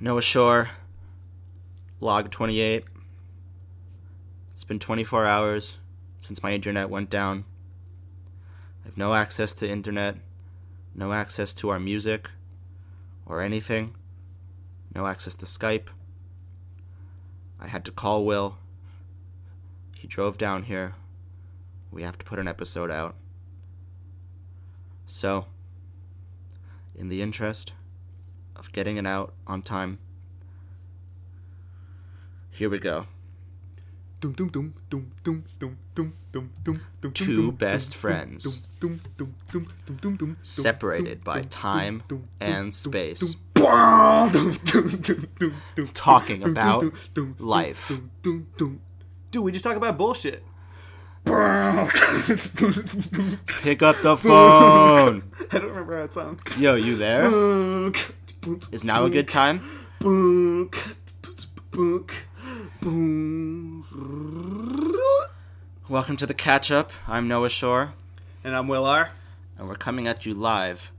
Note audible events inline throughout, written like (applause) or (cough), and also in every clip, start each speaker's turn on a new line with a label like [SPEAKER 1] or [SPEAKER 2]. [SPEAKER 1] Noah Shore, log 28. It's been 24 hours since my internet went down. I have no access to internet, no access to our music or anything, no access to Skype. I had to call Will. He drove down here. We have to put an episode out. So, in the interest of getting it out on time, here we go.
[SPEAKER 2] Dum dum dum dum dum dum dum dum dum dum.
[SPEAKER 1] Two best friends. Separated by time and space. Talking about life.
[SPEAKER 3] Dude, we just talk about
[SPEAKER 2] (laughs)
[SPEAKER 3] bullshit.
[SPEAKER 1] Pick up (laughs) the phone!
[SPEAKER 3] I don't remember how it sounds.
[SPEAKER 1] Yo, you there? Is now a good time? Welcome to the catch up. I'm Noah Shore,
[SPEAKER 3] And I'm Will R.
[SPEAKER 1] and we're coming at you live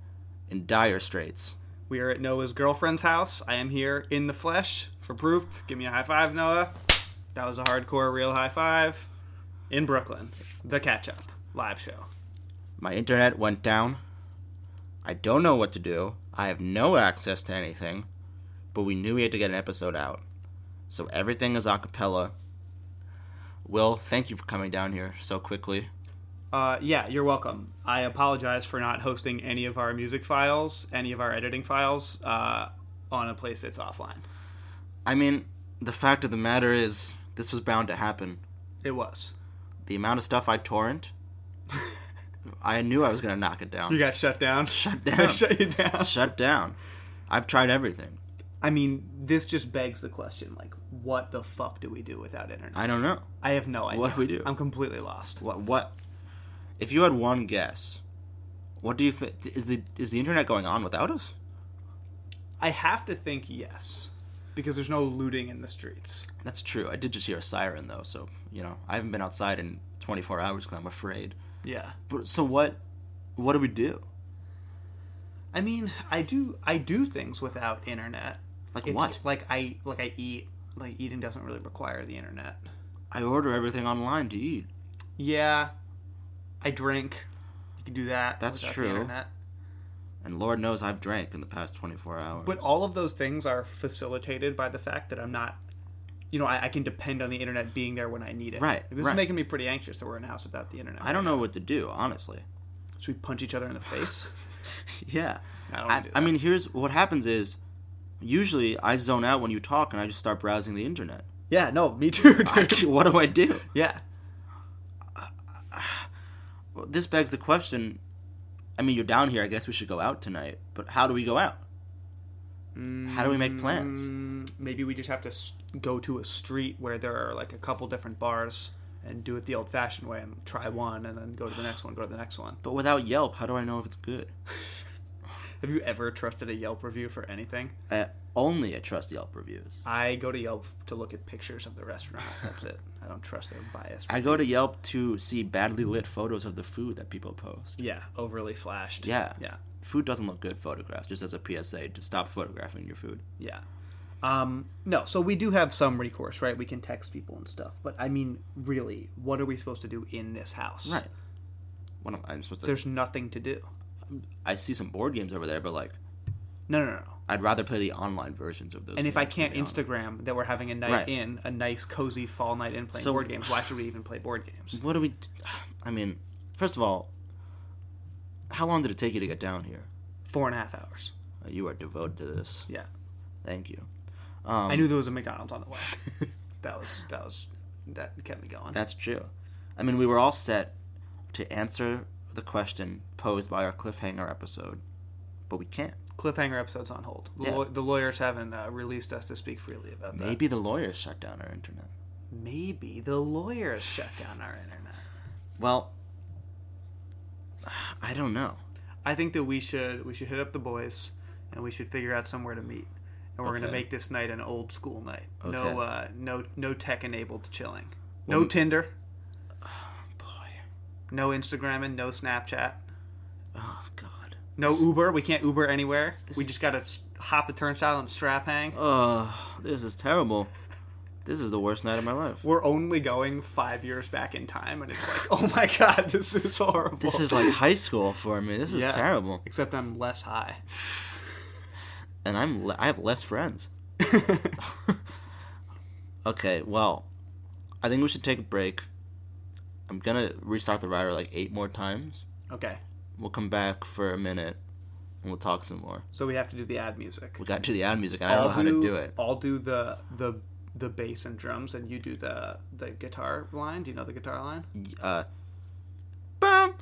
[SPEAKER 1] in dire straits.
[SPEAKER 3] We are at Noah's girlfriend's house. I am here in the flesh for proof. Give me a high five, Noah. That was a hardcore, real high five. In Brooklyn, the catch up live show.
[SPEAKER 1] My internet went down. I don't know what to do. I have no access to anything. But we knew we had to get an episode out. So everything is a cappella. Will, thank you for coming down here so quickly.
[SPEAKER 3] Uh, yeah, you're welcome. I apologize for not hosting any of our music files, any of our editing files, uh, on a place that's offline.
[SPEAKER 1] I mean, the fact of the matter is, this was bound to happen.
[SPEAKER 3] It was.
[SPEAKER 1] The amount of stuff I torrent, (laughs) I knew I was going to knock it down.
[SPEAKER 3] You got
[SPEAKER 1] (laughs)
[SPEAKER 3] shut down. Shut
[SPEAKER 1] down.
[SPEAKER 3] shut you down.
[SPEAKER 1] Shut down. I've tried everything.
[SPEAKER 3] I mean, this just begs the question: like, what the fuck do we do without internet?
[SPEAKER 1] I don't know.
[SPEAKER 3] I have no idea.
[SPEAKER 1] What do we do?
[SPEAKER 3] I'm completely lost.
[SPEAKER 1] What? What? If you had one guess, what do you think? Is the is the internet going on without us?
[SPEAKER 3] I have to think yes, because there's no looting in the streets.
[SPEAKER 1] That's true. I did just hear a siren though, so you know I haven't been outside in 24 hours because I'm afraid.
[SPEAKER 3] Yeah.
[SPEAKER 1] But so what? What do we do?
[SPEAKER 3] I mean, I do I do things without internet.
[SPEAKER 1] Like what?
[SPEAKER 3] Like I like I eat. Like eating doesn't really require the internet.
[SPEAKER 1] I order everything online to eat.
[SPEAKER 3] Yeah. I drink. You can do that.
[SPEAKER 1] That's
[SPEAKER 3] without the
[SPEAKER 1] true.
[SPEAKER 3] internet.
[SPEAKER 1] And Lord knows I've drank in the past 24 hours.
[SPEAKER 3] But all of those things are facilitated by the fact that I'm not, you know, I, I can depend on the internet being there when I need it.
[SPEAKER 1] Right,
[SPEAKER 3] This
[SPEAKER 1] right.
[SPEAKER 3] is making me pretty anxious that we're in a house without the internet.
[SPEAKER 1] I don't know what to do, honestly. (laughs)
[SPEAKER 3] Should we punch each other in the (laughs) face?
[SPEAKER 1] Yeah.
[SPEAKER 3] I don't wanna
[SPEAKER 1] I,
[SPEAKER 3] do
[SPEAKER 1] I
[SPEAKER 3] that.
[SPEAKER 1] mean, here's what happens is usually I zone out when you talk and I just start browsing the
[SPEAKER 3] (laughs)
[SPEAKER 1] internet.
[SPEAKER 3] yeah. No, me too. (laughs) dude.
[SPEAKER 1] what do I do?
[SPEAKER 3] yeah.
[SPEAKER 1] Well, this begs the question. I mean, you're down here. I guess we should go out tonight. But how do we go out? How do we make plans?
[SPEAKER 3] Mm, maybe we just have to s- go to a street where there are like a couple different bars and do it the old-fashioned way and try one and then go to the next one, go to the next one.
[SPEAKER 1] But without Yelp, how do I know if it's good?
[SPEAKER 3] Have you ever trusted a Yelp review for anything?
[SPEAKER 1] I only I trust Yelp reviews.
[SPEAKER 3] I go to Yelp to look at pictures of
[SPEAKER 1] (laughs)
[SPEAKER 3] the restaurant. That's it. I don't trust their bias.
[SPEAKER 1] I go to Yelp to see badly lit photos of the food that people post.
[SPEAKER 3] Yeah, overly flashed.
[SPEAKER 1] Yeah.
[SPEAKER 3] Yeah.
[SPEAKER 1] Food doesn't look good photographed, just as a PSA to stop photographing your food.
[SPEAKER 3] Yeah. Um, no, so we do have some recourse, right? We can text people and stuff. But I mean, really, what are we supposed to do in this house?
[SPEAKER 1] Right. What am I I'm supposed to?
[SPEAKER 3] There's nothing to do.
[SPEAKER 1] I see some board games over there, but like,
[SPEAKER 3] No, no, no. no.
[SPEAKER 1] I'd rather play the online versions of those.
[SPEAKER 3] And if I
[SPEAKER 1] games, to
[SPEAKER 3] can't
[SPEAKER 1] be honest.
[SPEAKER 3] Instagram that we're having a night
[SPEAKER 1] Right.
[SPEAKER 3] in, a nice, cozy fall night in playing
[SPEAKER 1] So-
[SPEAKER 3] board games, why should we even play board games?
[SPEAKER 1] What do we? (sighs) I mean, first of all, how long did it take you to get down here?
[SPEAKER 3] Four and a half hours.
[SPEAKER 1] Uh, You are devoted to this.
[SPEAKER 3] Yeah.
[SPEAKER 1] Thank you. Um,
[SPEAKER 3] I knew there was a McDonald's
[SPEAKER 1] (laughs)
[SPEAKER 3] on the way. that was, that was, that kept me going.
[SPEAKER 1] That's true. I mean, we were all set to answer the question posed by our cliffhanger episode, but we can't.
[SPEAKER 3] Cliffhanger episode's on hold. The,
[SPEAKER 1] Yeah.
[SPEAKER 3] law- the lawyers haven't uh, released us to speak freely about that.
[SPEAKER 1] Maybe the lawyers shut down our internet.
[SPEAKER 3] Maybe the lawyers shut down our internet.
[SPEAKER 1] Well, (sighs) I don't know.
[SPEAKER 3] I think that we should we should hit up the boys and we should figure out somewhere to meet. And we're gonna
[SPEAKER 1] Okay.
[SPEAKER 3] make this night an old school night.
[SPEAKER 1] Okay.
[SPEAKER 3] No uh, no no tech enabled chilling. No Tinder.
[SPEAKER 1] Boy.
[SPEAKER 3] No Instagram and no Snapchat.
[SPEAKER 1] Oh God.
[SPEAKER 3] No Uber. We can't Uber anywhere. We
[SPEAKER 1] is-
[SPEAKER 3] just gotta s- hop the turnstile and strap hang.
[SPEAKER 1] Uh, this is terrible. This is the worst night of my life.
[SPEAKER 3] We're only going five years back in time, and it's like, (laughs) oh my god, this is horrible.
[SPEAKER 1] (laughs) This is like high school for me. This is
[SPEAKER 3] Yeah.
[SPEAKER 1] terrible.
[SPEAKER 3] Except I'm less high.
[SPEAKER 1] And I'm le- I have less (laughs) friends. Okay, well, I think we should take a break. I'm gonna restart the router like eight more times.
[SPEAKER 3] okay,
[SPEAKER 1] We'll come back for a minute, and we'll talk some more.
[SPEAKER 3] so we have to do the ad music.
[SPEAKER 1] We got to the ad music, and I don't know how to do it.
[SPEAKER 3] I'll do the the the bass and drums, and you do the the guitar line. Do you know the guitar line?
[SPEAKER 1] Uh, bump,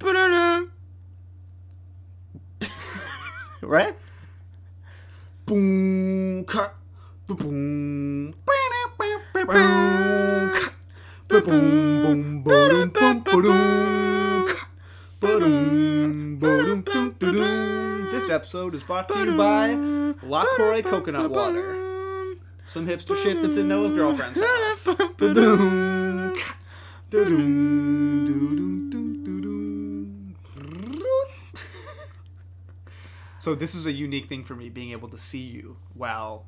[SPEAKER 1] ba-da-dum. right?
[SPEAKER 3] Boom, cut, boom, boom, boom, boom, This episode is brought to you by LaCroix coconut water. Some hipster shit that's in Noah's girlfriend's (laughs) house.
[SPEAKER 1] (laughs)
[SPEAKER 3] So this is a unique thing for me being able to see you while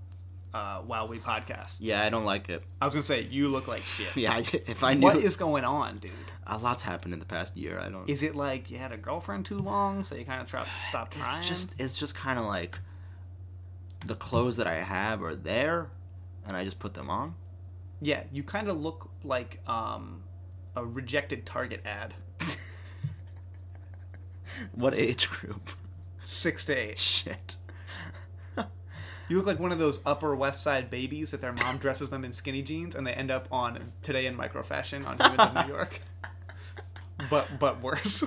[SPEAKER 3] uh, while we podcast.
[SPEAKER 1] Yeah, I don't like it. (laughs)
[SPEAKER 3] I was gonna say you look like shit.
[SPEAKER 1] Yeah, I- if I knew
[SPEAKER 3] What is going on, dude?
[SPEAKER 1] a lot's happened in the past year. I don't.
[SPEAKER 3] Is it like you had a girlfriend too long, so you kind of try- stopped
[SPEAKER 1] it's
[SPEAKER 3] trying?
[SPEAKER 1] just it's just kind of like the clothes that I have are there, and I just put them on.
[SPEAKER 3] yeah. You kind of look like um, a rejected Target ad,
[SPEAKER 1] What age group?
[SPEAKER 3] six to eight.
[SPEAKER 1] Shit.
[SPEAKER 3] (laughs) You look like one of those Upper West Side babies that their mom dresses them in skinny jeans, and they end up on Today in Micro Fashion on Humans of New York. But but worse.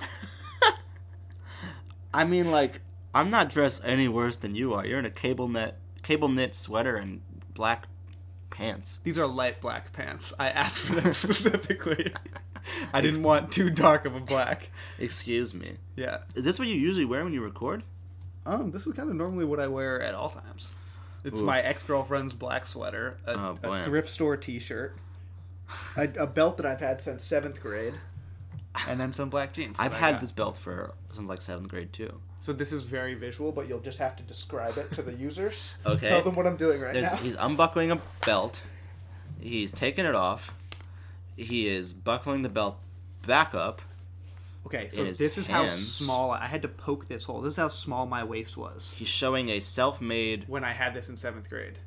[SPEAKER 1] I mean, like I'm not dressed any worse than you are. You're in a cable net cable knit sweater and black pants.
[SPEAKER 3] These are light black pants. I asked for them (laughs) specifically. I didn't want too dark of a black.
[SPEAKER 1] Excuse me.
[SPEAKER 3] Yeah.
[SPEAKER 1] Is this what you usually wear when you record?
[SPEAKER 3] Um, this is kind of normally what I wear at all times. It's
[SPEAKER 1] Oof.
[SPEAKER 3] my ex girlfriend's black sweater, a,
[SPEAKER 1] Oh,
[SPEAKER 3] a
[SPEAKER 1] boy.
[SPEAKER 3] thrift store t shirt, a, a belt that I've had since seventh grade, and then some black jeans. that
[SPEAKER 1] I've
[SPEAKER 3] I
[SPEAKER 1] had
[SPEAKER 3] got.
[SPEAKER 1] this belt for since like seventh grade too.
[SPEAKER 3] So this is very visual, but you'll just have to describe it to the users.
[SPEAKER 1] (laughs) Okay.
[SPEAKER 3] Tell them what I'm doing right
[SPEAKER 1] There's,
[SPEAKER 3] now.
[SPEAKER 1] he's unbuckling a belt. He's taking it off. He is buckling the belt back up.
[SPEAKER 3] Okay, so
[SPEAKER 1] his
[SPEAKER 3] this is how
[SPEAKER 1] hands.
[SPEAKER 3] small I had to poke this hole. This is how small my waist was
[SPEAKER 1] He's showing a self-made.
[SPEAKER 3] when I had this in seventh grade.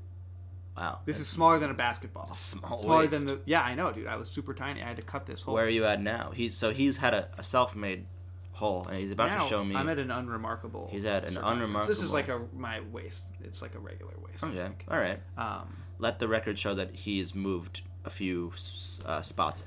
[SPEAKER 1] Wow.
[SPEAKER 3] This is smaller than a basketball.
[SPEAKER 1] small
[SPEAKER 3] smaller
[SPEAKER 1] waist.
[SPEAKER 3] than the yeah. I know, dude. I was super tiny. I had to cut this hole.
[SPEAKER 1] Where are you at now? He's so he's had a, a self-made hole, and he's about
[SPEAKER 3] now,
[SPEAKER 1] to show me.
[SPEAKER 3] I'm at an unremarkable.
[SPEAKER 1] He's at an
[SPEAKER 3] circumference. This is
[SPEAKER 1] unremarkable- Oh,
[SPEAKER 3] like a my waist. It's like a regular waist. I
[SPEAKER 1] okay.
[SPEAKER 3] think.
[SPEAKER 1] All right.
[SPEAKER 3] Um,
[SPEAKER 1] Let the record show that he's moved a few s- uh, spots.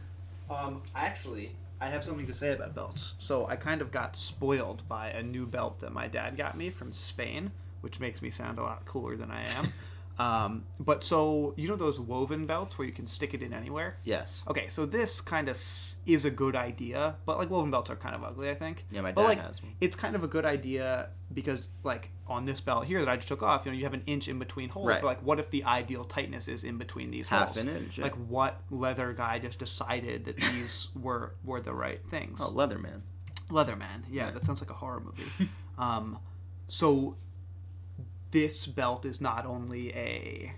[SPEAKER 3] um. Actually, I have something to say about belts. So I kind of got spoiled by a new belt that my dad got me from Spain, which makes me sound a lot cooler than I
[SPEAKER 1] (laughs)
[SPEAKER 3] am. um. But so you know those woven belts where you can stick it in anywhere.
[SPEAKER 1] Yes.
[SPEAKER 3] Okay, so this kind of is a good idea, but like woven belts are kind of ugly, I think.
[SPEAKER 1] Yeah, my
[SPEAKER 3] but,
[SPEAKER 1] dad
[SPEAKER 3] like,
[SPEAKER 1] has one.
[SPEAKER 3] It's kind of a good idea because like on this belt here that I just took off, you know, you have an inch in between holes.
[SPEAKER 1] Right.
[SPEAKER 3] But like, what if the ideal tightness is in between these
[SPEAKER 1] Half
[SPEAKER 3] holes?
[SPEAKER 1] an inch, yeah.
[SPEAKER 3] Like, what leather guy just decided that these (laughs) were were the right things?
[SPEAKER 1] Oh, Leatherman.
[SPEAKER 3] Leatherman. Yeah, that sounds like a horror
[SPEAKER 1] (laughs)
[SPEAKER 3] movie. um, so this belt is not only a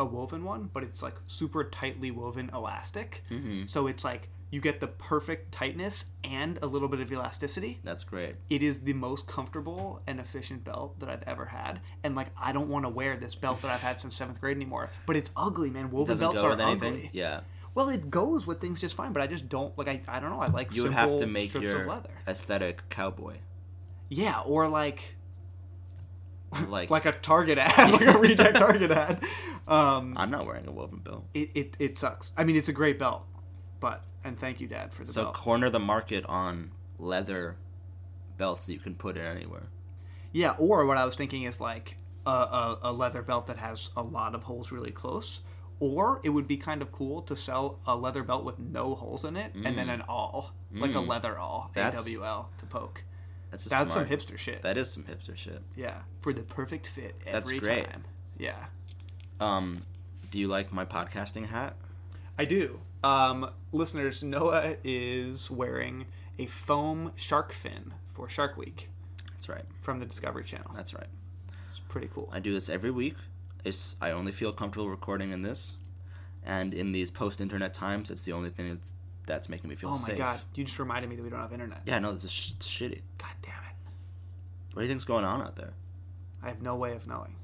[SPEAKER 3] a woven one, but it's like super tightly woven elastic.
[SPEAKER 1] Mm-hmm.
[SPEAKER 3] So it's like you get the perfect tightness and a little bit of elasticity.
[SPEAKER 1] That's great.
[SPEAKER 3] It is the most comfortable and efficient belt that I've ever had, and like I don't want to wear this belt that I've had since seventh grade anymore. But it's ugly, man. Woven
[SPEAKER 1] Doesn't
[SPEAKER 3] belts
[SPEAKER 1] go
[SPEAKER 3] are
[SPEAKER 1] with anything.
[SPEAKER 3] ugly.
[SPEAKER 1] Yeah.
[SPEAKER 3] Well, it goes with things just fine, but I just don't like. I, I don't know. I like
[SPEAKER 1] You would
[SPEAKER 3] simple
[SPEAKER 1] have to make
[SPEAKER 3] strips of
[SPEAKER 1] your
[SPEAKER 3] leather.
[SPEAKER 1] aesthetic
[SPEAKER 3] (laughs)
[SPEAKER 1] cowboy.
[SPEAKER 3] Yeah, or like
[SPEAKER 1] Like,
[SPEAKER 3] like a Target ad, (laughs) like a reject Target ad. Um,
[SPEAKER 1] I'm not wearing a woven belt.
[SPEAKER 3] it, it it sucks. I mean, it's a great belt, but and thank you, Dad, for the
[SPEAKER 1] So
[SPEAKER 3] belt.
[SPEAKER 1] corner the market on leather belts that you can put in anywhere.
[SPEAKER 3] Yeah, or what I was thinking is like a, a, a leather belt that has a lot of holes really close. Or it would be kind of cool to sell a leather belt with no holes in it, and then an awl, like a leather awl,
[SPEAKER 1] Mm. That's-
[SPEAKER 3] AWL to poke.
[SPEAKER 1] That's a
[SPEAKER 3] That's some
[SPEAKER 1] smart.
[SPEAKER 3] hipster shit.
[SPEAKER 1] That is some hipster shit.
[SPEAKER 3] yeah, for the perfect fit every
[SPEAKER 1] That's great.
[SPEAKER 3] time. Yeah.
[SPEAKER 1] Um, do you like my podcasting hat?
[SPEAKER 3] I do. Um, listeners, Noah is wearing a foam shark fin for Shark Week.
[SPEAKER 1] That's right.
[SPEAKER 3] from the Discovery Channel.
[SPEAKER 1] That's right.
[SPEAKER 3] It's pretty cool.
[SPEAKER 1] I do this every week. It's, I only feel comfortable recording in this, and in these post-internet times, it's the only thing that's, that's making me feel
[SPEAKER 3] Oh my
[SPEAKER 1] safe.
[SPEAKER 3] god, you just reminded me that we don't have internet.
[SPEAKER 1] Yeah, no, this is sh- it's shitty.
[SPEAKER 3] God damn it.
[SPEAKER 1] What do you think's going on out there?
[SPEAKER 3] I have no way of knowing.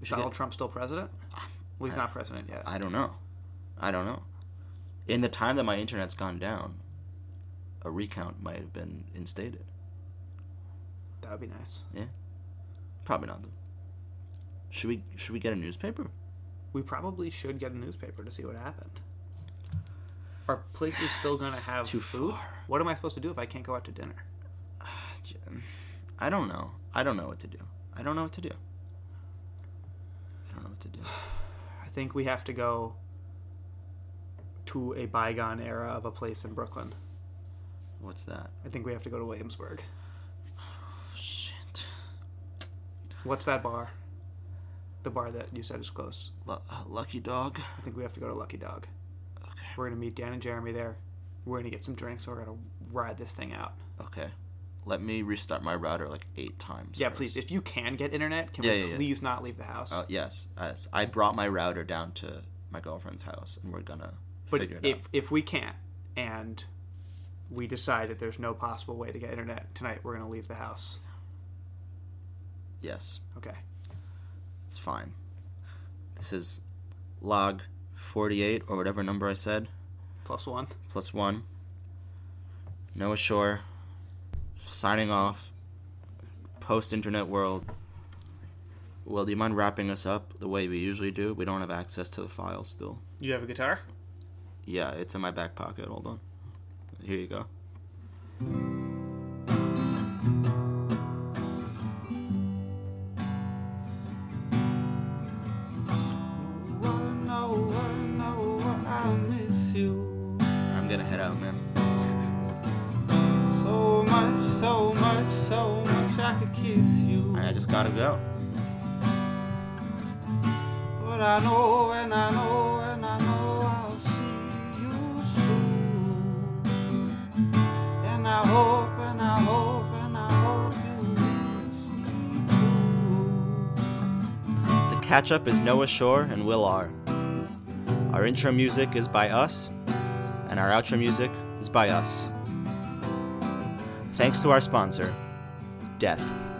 [SPEAKER 3] Is
[SPEAKER 1] should
[SPEAKER 3] Donald
[SPEAKER 1] get-
[SPEAKER 3] Trump still president? Well, he's
[SPEAKER 1] I-
[SPEAKER 3] not president yet.
[SPEAKER 1] I don't know. I don't know. In the time that my internet's gone down, a recount might have been instated.
[SPEAKER 3] That would be nice.
[SPEAKER 1] Probably not. though. Should we should we get a newspaper? (sighs)
[SPEAKER 3] We probably should get a newspaper to see what happened. Are places still going to
[SPEAKER 1] It's
[SPEAKER 3] have
[SPEAKER 1] too
[SPEAKER 3] food?
[SPEAKER 1] far.
[SPEAKER 3] What am I supposed to do if I can't go out to dinner?
[SPEAKER 1] I don't know. I don't know what to do. I don't know what to do. I don't know what to do. (sighs)
[SPEAKER 3] I think we have to go to a bygone era of a place in Brooklyn.
[SPEAKER 1] What's that? (sighs)
[SPEAKER 3] I think we have to go to Williamsburg.
[SPEAKER 1] Oh, shit.
[SPEAKER 3] What's that bar? The bar that you said is close.
[SPEAKER 1] Lu- uh, lucky dog.
[SPEAKER 3] I think we have to go to Lucky Dog.
[SPEAKER 1] Okay.
[SPEAKER 3] We're gonna meet Dan and Jeremy there. We're gonna get some drinks. We're gonna ride this thing out.
[SPEAKER 1] Okay. Let me restart my router like eight times.
[SPEAKER 3] Yeah,
[SPEAKER 1] first.
[SPEAKER 3] please. If you can get internet, can
[SPEAKER 1] Yeah,
[SPEAKER 3] we
[SPEAKER 1] yeah, yeah.
[SPEAKER 3] please not leave the house?
[SPEAKER 1] Uh, yes, yes. I brought my router down to my girlfriend's house, and we're gonna
[SPEAKER 3] but
[SPEAKER 1] figure it
[SPEAKER 3] if
[SPEAKER 1] out.
[SPEAKER 3] if we can't, and we decide that there's no possible way to get internet tonight, we're gonna leave the house.
[SPEAKER 1] Yes,
[SPEAKER 3] Okay.
[SPEAKER 1] it's fine. This is log 48 or whatever number I said,
[SPEAKER 3] Plus one.
[SPEAKER 1] plus one. Noah Shore, signing off. Post internet world. Well, do you mind wrapping us up the way we usually do? We don't have access to the file still.
[SPEAKER 3] You have a guitar?
[SPEAKER 1] Yeah, it's in my back pocket. Hold on. Here you go.
[SPEAKER 4] I miss you
[SPEAKER 1] I'm gonna head out, man. (laughs)
[SPEAKER 4] so much, so much, so much. I could kiss you,
[SPEAKER 1] I just gotta go.
[SPEAKER 4] but I know, and I know, and I know I'll see you soon. And I hope, and I hope, and I hope you miss me too.
[SPEAKER 1] The catch up is Noah Shore and Will R. Our intro music is by us, and our outro music is by us. Thanks to our sponsor, Death.